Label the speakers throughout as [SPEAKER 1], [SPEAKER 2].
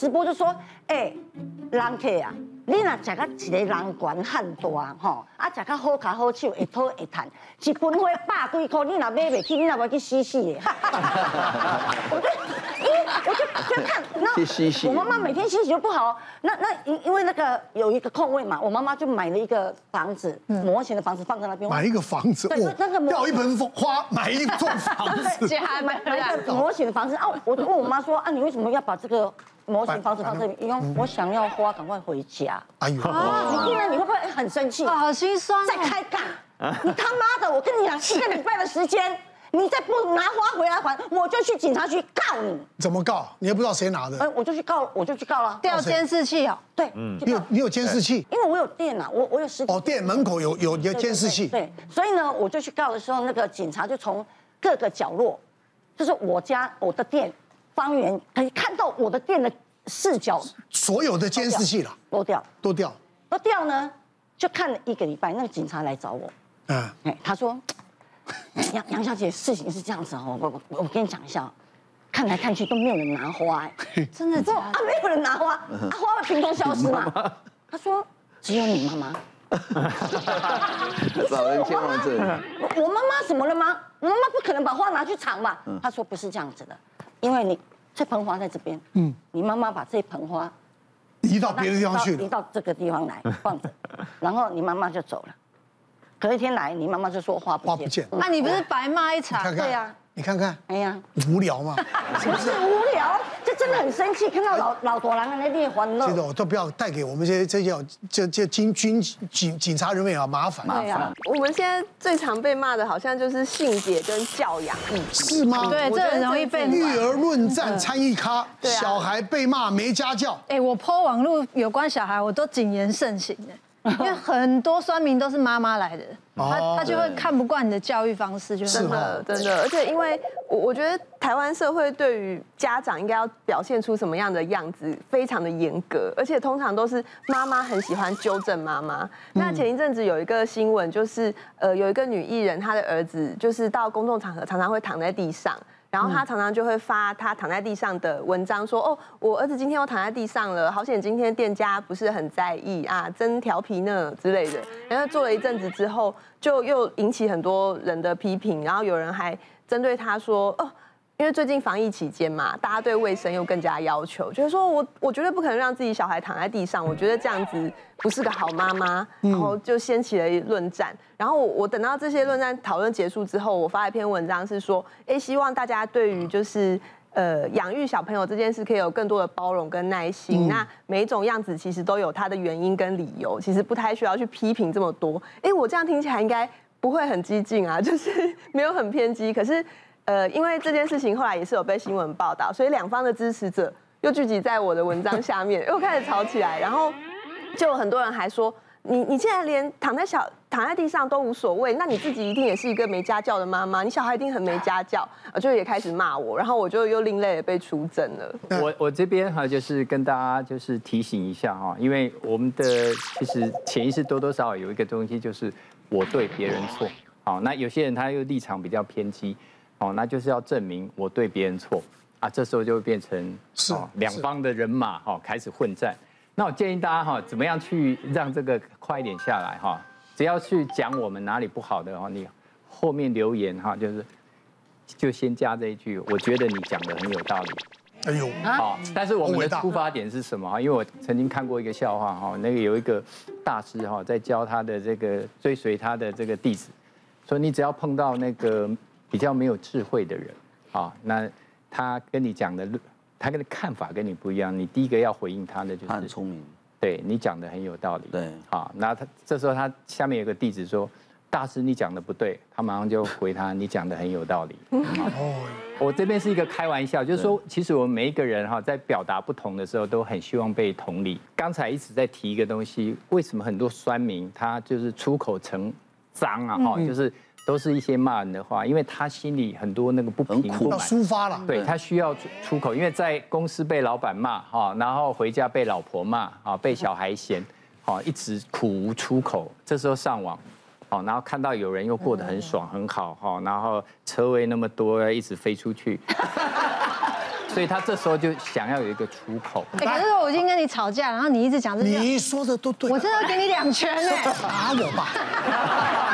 [SPEAKER 1] 直播就说：“哎、人客啊，你若食到一个人悬汉大吼，啊食到好卡好手，会讨会趁，一盆花百几箍，你若买袂起，你若要去死死 的。哈哈哈哈”我就，因为我就就看，
[SPEAKER 2] 去死
[SPEAKER 1] 那
[SPEAKER 2] 死的
[SPEAKER 1] 我妈妈每天心情就不好，那那因因为那个有一个空位嘛，我妈妈就买了一个房子，模型的房子放在那边，
[SPEAKER 3] 买一个房子，哦
[SPEAKER 1] 对那个模
[SPEAKER 3] 掉一盆花，买一座房 子，
[SPEAKER 4] 且还买回
[SPEAKER 1] 买
[SPEAKER 4] 来
[SPEAKER 1] 一。个模型的房子啊！我就问我妈说啊，你为什么要把这个模型房子放这里？因为我想要花，赶快回家。
[SPEAKER 3] 哎呦，
[SPEAKER 1] 你听了你会不会很生气？
[SPEAKER 4] 啊，好心酸哦。
[SPEAKER 1] 再开杠！你他妈的！我跟你讲，一个礼拜的时间，你再不拿花回来还，我就去警察局告你。
[SPEAKER 3] 怎么告？你也不知道谁拿
[SPEAKER 1] 哎
[SPEAKER 3] 的，，
[SPEAKER 1] 我就去告，我就去告了。
[SPEAKER 4] 掉监视器哦，
[SPEAKER 1] 对，
[SPEAKER 3] 你
[SPEAKER 1] 去告
[SPEAKER 3] 有你有监视器
[SPEAKER 1] 因为我有电脑，我我有实体
[SPEAKER 3] 嗯哦，店门口有有有
[SPEAKER 1] 对
[SPEAKER 3] 监视器，
[SPEAKER 1] 对对，对所以呢，我就去告的时候，那个警察就从各个角落，就是我家我的店方圆可以看到我的店的视角
[SPEAKER 3] 所有的监视器啦
[SPEAKER 1] 都掉，
[SPEAKER 3] 都掉，
[SPEAKER 1] 都掉呢，就看了一个礼拜，那个警察来找我，
[SPEAKER 3] 嗯，
[SPEAKER 1] 哎，他说，杨杨小姐，事情是这样子哦，我我我跟你讲一下哦，看来看去都没有人拿花，哎，
[SPEAKER 4] 真的
[SPEAKER 1] 说
[SPEAKER 4] 假
[SPEAKER 1] 啊
[SPEAKER 4] 的？
[SPEAKER 1] 没有人拿花，
[SPEAKER 3] 嗯
[SPEAKER 1] 啊花会凭空消失嘛？他说只有你妈妈。
[SPEAKER 2] 老人健忘症，
[SPEAKER 1] 我我妈妈怎么了吗？我妈妈不可能把花拿去藏吧？
[SPEAKER 3] 嗯
[SPEAKER 1] 她说不是这样子的，因为你这盆花在这边，嗯，你妈妈把这盆花
[SPEAKER 3] 移到别的地方去
[SPEAKER 1] 移
[SPEAKER 3] 了，
[SPEAKER 1] 到这个地 方来放着，然后你妈妈就走了。隔一天来，你妈妈就说花不见，
[SPEAKER 3] 花不见
[SPEAKER 4] 那啊你不是白骂一场
[SPEAKER 3] 看？
[SPEAKER 1] 对呀
[SPEAKER 3] 看，你看看，
[SPEAKER 1] 哎呀，
[SPEAKER 3] 无聊嘛，
[SPEAKER 1] 不是无聊，这真的很生气，看到老老朵郎在 那还
[SPEAKER 3] 这
[SPEAKER 1] 了。
[SPEAKER 3] 种都不要带给我们这些这些这这军军警警察人员啊麻烦，
[SPEAKER 1] 对呀，
[SPEAKER 5] 我们现在最常被骂的好像就是性别跟教养，
[SPEAKER 3] 是吗？
[SPEAKER 4] 对，这很容易被
[SPEAKER 3] 育儿论
[SPEAKER 1] 嗯
[SPEAKER 3] 战参与咖，
[SPEAKER 1] 啊
[SPEAKER 3] 小孩被骂没家教，
[SPEAKER 4] 哎、我 PO 网络有关小孩，我都谨言慎行哎，因为很多酸民都是妈妈来的，
[SPEAKER 3] 哦
[SPEAKER 4] 他他就会看不惯你的教育方式，就会
[SPEAKER 3] 是哦
[SPEAKER 5] 真的真的，而且因为我我觉得台湾社会对于家长应该要表现出什么样的样子，非常的严格，而且通常都是妈妈很喜欢纠正妈妈。
[SPEAKER 3] 嗯
[SPEAKER 5] 那前一阵子有一个新闻，就是呃有一个女艺人，她的儿子就是到公众场合常常会躺在地上。然后她常常就会发她躺在地上的文章说，哦，我儿子今天又躺在地上了，好险今天店家不是很在意啊，真调皮呢之类的。然后做了一阵子之后，就又引起很多人的批评，然后有人还针对他说，哦。因为最近防疫期间嘛，大家对卫生又更加要求，就是说我我绝对不可能让自己小孩躺在地上，我觉得这样子不是个好妈妈，然后就掀起了一论战。然后我我等到这些论战讨论结束之后，我发了一篇文章是说，哎，希望大家对于就是。呃，养育小朋友这件事可以有更多的包容跟耐心。那每一种样子其实都有它的原因跟理由，其实不太需要去批评这么多。哎，我这样听起来应该不会很激进啊， 就是没有很偏激。可是，呃，因为这件事情后来也是有被新闻报道，所以两方的支持者又聚集在我的文章下面， 又开始吵起来，然后就有很多人还说。你你现在连躺在小躺在地上都无所谓，那你自己一定也是一个没家教的妈妈，你小孩一定很没家教，呃就也开始骂我，然后我就又另类的被出征了。
[SPEAKER 6] 我我这边哈，就是跟大家就是提醒一下哈，因为我们的其实潜意识多多少少有一个东西，就是我对别人错。好，那有些人他又立场比较偏激，哦，那就是要证明我对别人错啊，这时候就会变成
[SPEAKER 3] 是
[SPEAKER 6] 哦两
[SPEAKER 3] 是
[SPEAKER 6] 方的人马哈开始混战。那我建议大家哈，怎么样去让这个快一点下来哈？只要去讲我们哪里不好的哦，你后面留言哈，就是就先加这一句，我觉得你讲的很有道理。
[SPEAKER 3] 哎呦，
[SPEAKER 1] 啊
[SPEAKER 6] 好，
[SPEAKER 2] 嗯
[SPEAKER 6] 但是我们
[SPEAKER 3] 伟
[SPEAKER 6] 的
[SPEAKER 3] 大
[SPEAKER 6] 出发点是什么哈？因为我曾经看过一个笑话哈，那个有一个大师哈，在教他的这个追随他的这个弟子，说你只要碰到那个比较没有智慧的人啊，那他跟你讲的，他跟你看法跟你不一样，你第一个要回应他的就
[SPEAKER 2] 他很
[SPEAKER 6] 是，
[SPEAKER 2] 聪明，
[SPEAKER 6] 对你讲的很有道理。
[SPEAKER 2] 对
[SPEAKER 6] 好，那他这时候他下面有个弟子说，大师你讲的不对，他马上就回他，你讲的很有道理。啊
[SPEAKER 3] 哦，
[SPEAKER 6] 我这边是一个开玩笑，就是
[SPEAKER 2] 嗯
[SPEAKER 6] 说，其实我们每一个人哈，在表达不同的时候，都很希望被同理。刚才一直在提一个东西，为什么很多酸民他就是出口成脏啊？
[SPEAKER 2] 嗯
[SPEAKER 6] 哈，就是都是一些骂人的话，因为他心里很多那个不平
[SPEAKER 2] 很苦
[SPEAKER 6] 不
[SPEAKER 3] 要
[SPEAKER 6] 满。
[SPEAKER 3] 抒发了，
[SPEAKER 6] 对他需要出出口，因为在公司被老板骂哈，然后回家被老婆骂啊，被小孩嫌，好一直苦无出口。这时候上网，好，然后看到有人又过得很爽很好哈，然后车位那么多，一直飞出去， 所以他这时候就想要有一个出口。
[SPEAKER 4] 哎、可是我已经跟你吵架，然后你一直讲这些，
[SPEAKER 3] 你说的都对，
[SPEAKER 4] 我真的要给你 两拳
[SPEAKER 3] 啊
[SPEAKER 4] 哎、
[SPEAKER 3] 打我吧。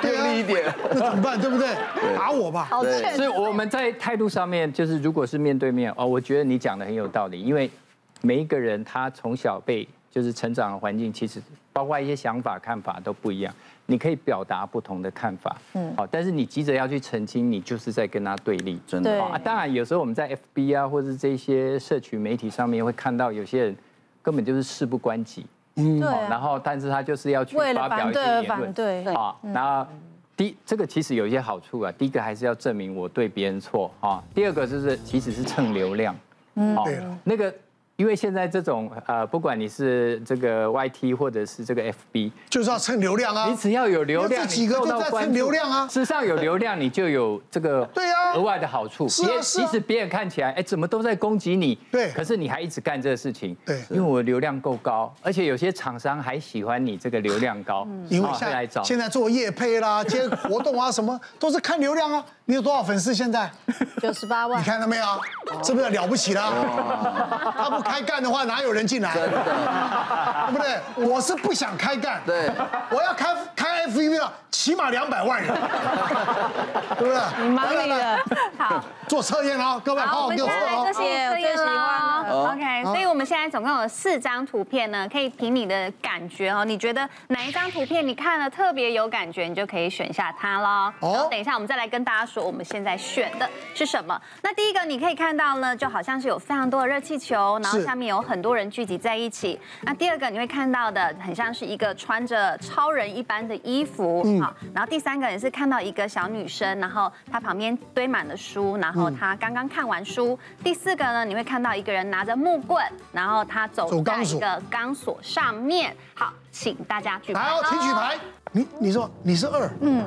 [SPEAKER 3] 对
[SPEAKER 2] 用力一
[SPEAKER 3] 啊，
[SPEAKER 2] 点。
[SPEAKER 3] 那怎么办？对不对？打我吧。
[SPEAKER 4] 好
[SPEAKER 2] 对
[SPEAKER 4] 欠
[SPEAKER 6] 所以我们在态度上面，就是如果是面对面哦，我觉得你讲的很有道理，因为每一个人他从小被就是成长的环境，其实包括一些想法、看法都不一样，你可以表达不同的看法，嗯，好，但是你急着要去澄清，你就是在跟他对立，
[SPEAKER 2] 真
[SPEAKER 4] 对
[SPEAKER 2] 的
[SPEAKER 6] 啊，当然有时候我们在 FB 啊，或是这些社群媒体上面会看到有些人根本就是事不关己，嗯，
[SPEAKER 4] 对啊
[SPEAKER 6] 然后但是他就是要去
[SPEAKER 4] 为
[SPEAKER 6] 发
[SPEAKER 4] 了
[SPEAKER 6] 表
[SPEAKER 4] 反
[SPEAKER 6] 一些
[SPEAKER 4] 对而
[SPEAKER 6] 言
[SPEAKER 4] 反
[SPEAKER 6] 论，
[SPEAKER 4] 对，
[SPEAKER 6] 啊，那第这个其实有一些好处啊。第一个还是要证明我对别人错啊。第二个就是其实是蹭流量，嗯，
[SPEAKER 3] 对了
[SPEAKER 6] 那个因为现在这种呃，不管你是这个 YT 或者是这个 FB，
[SPEAKER 3] 就是要蹭流量啊
[SPEAKER 6] 你。只要有流量，
[SPEAKER 3] 这几个
[SPEAKER 6] 你受到
[SPEAKER 3] 都在
[SPEAKER 6] 关
[SPEAKER 3] 蹭
[SPEAKER 6] 注
[SPEAKER 3] 流量啊
[SPEAKER 6] 事实上有流量，你就有这个
[SPEAKER 3] 对啊
[SPEAKER 6] 额外的好处。
[SPEAKER 3] 是啊
[SPEAKER 6] 别人
[SPEAKER 3] 是啊
[SPEAKER 6] 即使别人看起来哎怎么都在攻击你，
[SPEAKER 3] 对
[SPEAKER 6] 可是你还一直干这个事情，
[SPEAKER 3] 对
[SPEAKER 6] 因为我流量够高，而且有些厂商还喜欢你这个流量高，
[SPEAKER 3] 因为
[SPEAKER 6] 哦会来
[SPEAKER 3] 现
[SPEAKER 6] 找
[SPEAKER 3] 在
[SPEAKER 6] 你
[SPEAKER 3] 现在做业配啦、接活动啊，什么都是看流量啊。你有多少粉丝现在？
[SPEAKER 4] 九十八万
[SPEAKER 3] 你。看到没有啊？是不是了不起啦？他不开干的话，哪有人进来？对不对？我是不想开干，
[SPEAKER 2] 对，
[SPEAKER 3] 我要开开 FV 了，起码两百万人，对不对？
[SPEAKER 4] 你忙
[SPEAKER 3] 来
[SPEAKER 4] 你
[SPEAKER 3] 来来
[SPEAKER 4] 的，
[SPEAKER 7] 好，
[SPEAKER 3] 做测验啊，各位，
[SPEAKER 7] 好，我们
[SPEAKER 3] 给
[SPEAKER 7] 现
[SPEAKER 3] 我做哦
[SPEAKER 7] 在来这。些哦
[SPEAKER 4] 我最喜欢的
[SPEAKER 7] OK，所以我们现在总共有四张图片呢，可以凭你的感觉哦，你觉得哪一张图片你看了特别有感觉，你就可以选下它喽。
[SPEAKER 3] 哦
[SPEAKER 7] 然后等一下我们再来跟大家说我们现在选的是什么。那第一个你可以看到呢，就好像是有非常多的热气球，然后
[SPEAKER 3] 是
[SPEAKER 7] 下面有很多人聚集在一起。那第二个你会看到的很像是一个穿着超人一般的衣服，
[SPEAKER 3] 嗯
[SPEAKER 7] 好，然后第三个也是看到一个小女生，然后她旁边堆满了书，然后她刚刚看完书。第四个呢，你会看到一个人拿着木棍，然后他走
[SPEAKER 3] 走
[SPEAKER 7] 在
[SPEAKER 3] 钢
[SPEAKER 7] 一
[SPEAKER 3] 索
[SPEAKER 7] 个钢索上面。好，请大家举牌
[SPEAKER 3] 来
[SPEAKER 7] 喽。
[SPEAKER 3] 哦，请举牌。你你说你是二，嗯，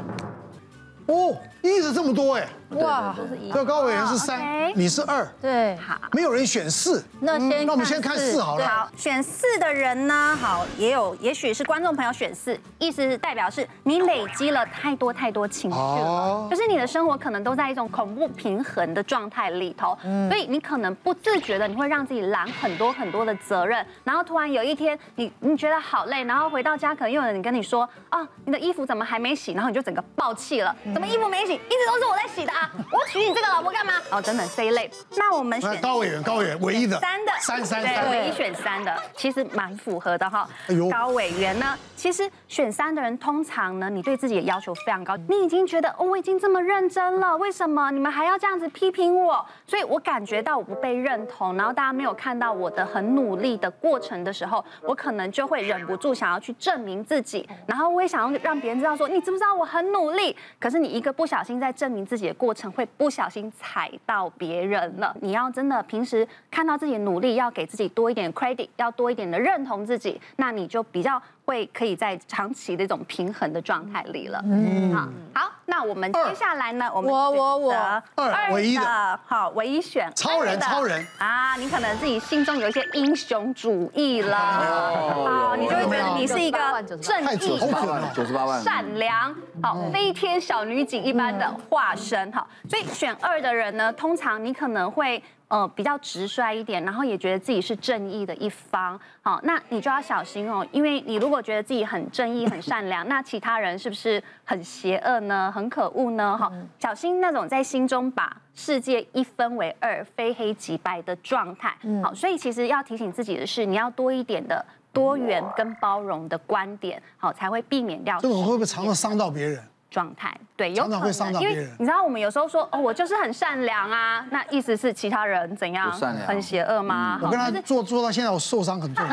[SPEAKER 3] 哦，一是这么多哎，
[SPEAKER 4] 哇，
[SPEAKER 3] 这高委员是
[SPEAKER 7] 哦
[SPEAKER 3] 三
[SPEAKER 7] ，OK，
[SPEAKER 3] 你是二，
[SPEAKER 4] 对，
[SPEAKER 7] 好。
[SPEAKER 3] 没有人选四，嗯
[SPEAKER 4] 那先
[SPEAKER 3] 那我们先看四好了
[SPEAKER 7] 好，选四的人呢，好，也有，也许是观众朋友选四，意思是代表是你累积了太多太多情绪了
[SPEAKER 3] 哦，
[SPEAKER 7] 就是你的生活可能都在一种恐怖平衡的状态里头，
[SPEAKER 3] 嗯
[SPEAKER 7] 所以你可能不自觉的你会让自己揽很多很多的责任，然后突然有一天你你觉得好累，然后回到家可能又有人跟你说，啊，你的衣服怎么还没洗？然后你就整个爆气了，
[SPEAKER 3] 嗯
[SPEAKER 7] 怎么衣服没洗？一直都是我在洗的啊，我娶你这个老婆干嘛？哦，等等这一类。那我们
[SPEAKER 3] 来
[SPEAKER 7] 选
[SPEAKER 3] 高委员高委员唯一的
[SPEAKER 7] 三的，
[SPEAKER 3] 三三
[SPEAKER 7] 对，
[SPEAKER 3] 三，
[SPEAKER 7] 唯一选三的，其实蛮符合的哈。
[SPEAKER 3] 哎呦
[SPEAKER 7] 高委员呢，其实选三的人，通常呢，你对自己的要求非常高，你已经觉得哦，我已经这么认真了，为什么你们还要这样子批评我？所以我感觉到我不被认同，然后大家没有看到我的很努力的过程的时候，我可能就会忍不住想要去证明自己，然后我也想要让别人知道说，你知不知道我很努力？可是你一个不小心在证明自己的过程，会不小心踩到别人了。你要真的平时看到自己的努力，要给自己多一点 credit，要多一点的认同自己，那你就比较会可以在长期的一种平衡的状态里了。嗯，好，好，那我们接下来呢，我们
[SPEAKER 4] 我我我
[SPEAKER 7] 选择
[SPEAKER 3] 二唯一
[SPEAKER 7] 的
[SPEAKER 3] 的，
[SPEAKER 7] 好，唯一选
[SPEAKER 3] 超人
[SPEAKER 7] 二的
[SPEAKER 3] 超人
[SPEAKER 7] 啊，你可能自己心中有一些英雄主义了，啊，你就会觉得你是一个正
[SPEAKER 3] 哦太
[SPEAKER 7] 义
[SPEAKER 3] 准，好准哦。
[SPEAKER 2] 九十八万。
[SPEAKER 7] 善良，好，飞天小女警一般的化身，好，所以选二的人呢，通常你可能会。呃，比较直率一点，然后也觉得自己是正义的一方，好，那你就要小心哦，因为你如果觉得自己很正义、很善良，那其他人是不是很邪恶呢？很可恶呢？哈，小心那种在心中把世界一分为二、非黑即白的状态。好，所以其实要提醒自己的是，你要多一点的多元跟包容的观点，好，才会避免掉
[SPEAKER 3] 这种会不会常常伤到别人？
[SPEAKER 7] 状态。对，有可
[SPEAKER 3] 常常会伤到
[SPEAKER 7] 能，因
[SPEAKER 3] 别人
[SPEAKER 7] 为你知道我们有时候说哦，我就是很善良啊，那意思是其他人怎样
[SPEAKER 2] 不善良嗯
[SPEAKER 7] 很邪恶吗？
[SPEAKER 3] 我跟
[SPEAKER 7] 好
[SPEAKER 3] 他
[SPEAKER 7] 可是
[SPEAKER 3] 做做到现在，我受伤很重。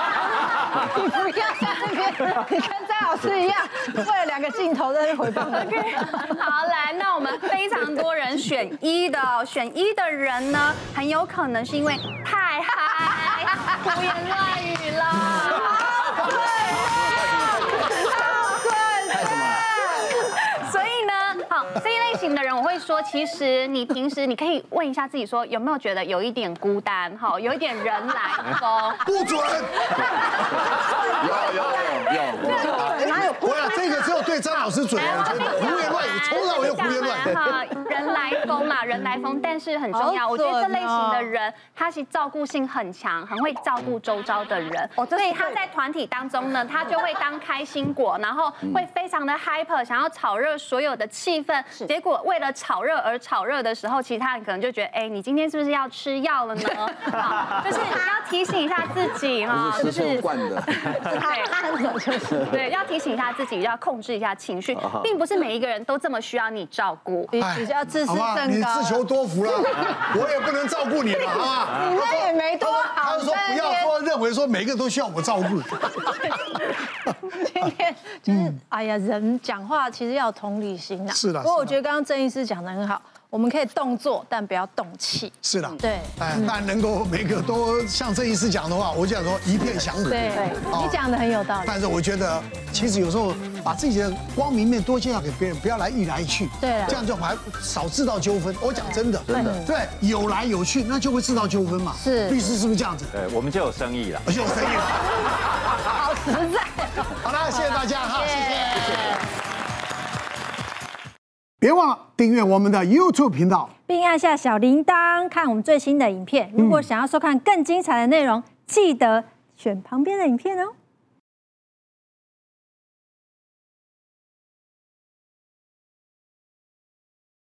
[SPEAKER 4] 你不要在那边，你跟张老师一样，为了两个镜头在那回放。
[SPEAKER 7] 好， 来，那我们非常多人选一的哦，选一的人呢，很有可能是因为太嗨、胡言乱语了。 所以呢，好这一类型的人，我会说，其实你平时你可以问一下自己说，有没有觉得有一点孤单哈，有一点人来疯。
[SPEAKER 3] 不准！
[SPEAKER 2] 有有有有，
[SPEAKER 4] 哪有
[SPEAKER 3] 我想这个只有对张老师准
[SPEAKER 7] 来
[SPEAKER 3] 啊，真的胡言乱语，从来我就胡言乱语。
[SPEAKER 7] 哈，人来 疯嘛，人来疯，但是很重要。
[SPEAKER 4] 好
[SPEAKER 7] 我
[SPEAKER 4] 准
[SPEAKER 7] 觉
[SPEAKER 4] 哦
[SPEAKER 7] 得这类型的人，他其实照顾性很强，很会照顾周遭的人。
[SPEAKER 4] 哦这
[SPEAKER 7] 所
[SPEAKER 4] 是
[SPEAKER 7] 以
[SPEAKER 4] 对的
[SPEAKER 7] 他在团体当中呢，他就会当开心果，然后会非常的 hyper，想要炒热所有的气氛。结果为了炒热而炒热的时候，其他人可能就觉得，哎，你今天是不是要吃药了呢？ 好就是要提醒一下自己哈，
[SPEAKER 2] 不
[SPEAKER 7] 就是
[SPEAKER 2] 是
[SPEAKER 7] 是
[SPEAKER 2] 用。灌的，
[SPEAKER 7] 对，他很就是对，要提醒一下自己，要控制一下情绪，并不是每一个人都这么需要你照顾。
[SPEAKER 4] 你
[SPEAKER 3] 哎
[SPEAKER 4] 比较自视
[SPEAKER 3] 好吧，
[SPEAKER 4] 甚
[SPEAKER 3] 你
[SPEAKER 4] 高
[SPEAKER 3] 自，求多福了，我也不能照顾你了，啊好吧？
[SPEAKER 4] 你那也没多
[SPEAKER 3] 他
[SPEAKER 4] 好。
[SPEAKER 3] 就说
[SPEAKER 4] 在那
[SPEAKER 3] 不
[SPEAKER 4] 边
[SPEAKER 3] 要说认为说每个人都需要我照顾，
[SPEAKER 4] 今天就是，哎呀，人讲话其实要有同理心啊。
[SPEAKER 3] 嗯是的
[SPEAKER 4] 不过我
[SPEAKER 3] 是的
[SPEAKER 4] 觉得刚刚郑医师讲的很好，我们可以动作，但不要动气。
[SPEAKER 3] 是的，
[SPEAKER 4] 对嗯
[SPEAKER 3] 哎，但能够每个都像这一次讲的话，我就想说一片祥和。
[SPEAKER 4] 对，
[SPEAKER 3] 哦
[SPEAKER 4] 你讲的很有道理。
[SPEAKER 3] 但是我觉得，其实有时候把自己的光明面多介绍给别人，不要来一来一去，
[SPEAKER 4] 对啊
[SPEAKER 3] 这样就还少制造纠纷。我讲真的，真的，对，有来有去，那就会制造纠纷嘛。
[SPEAKER 4] 是
[SPEAKER 3] 律师是不是这样子？
[SPEAKER 8] 对，呃我们就有生意了。
[SPEAKER 3] 我就有生意了。
[SPEAKER 4] 好实在哦。
[SPEAKER 3] 好了，谢谢大家哈，谢谢。别忘了订阅我们的 YouTube 频道。
[SPEAKER 9] 并按下小铃铛看我们
[SPEAKER 3] 嗯
[SPEAKER 9] 最新的影片。如果想要收看更精彩的内容，记得选旁边的影片哦。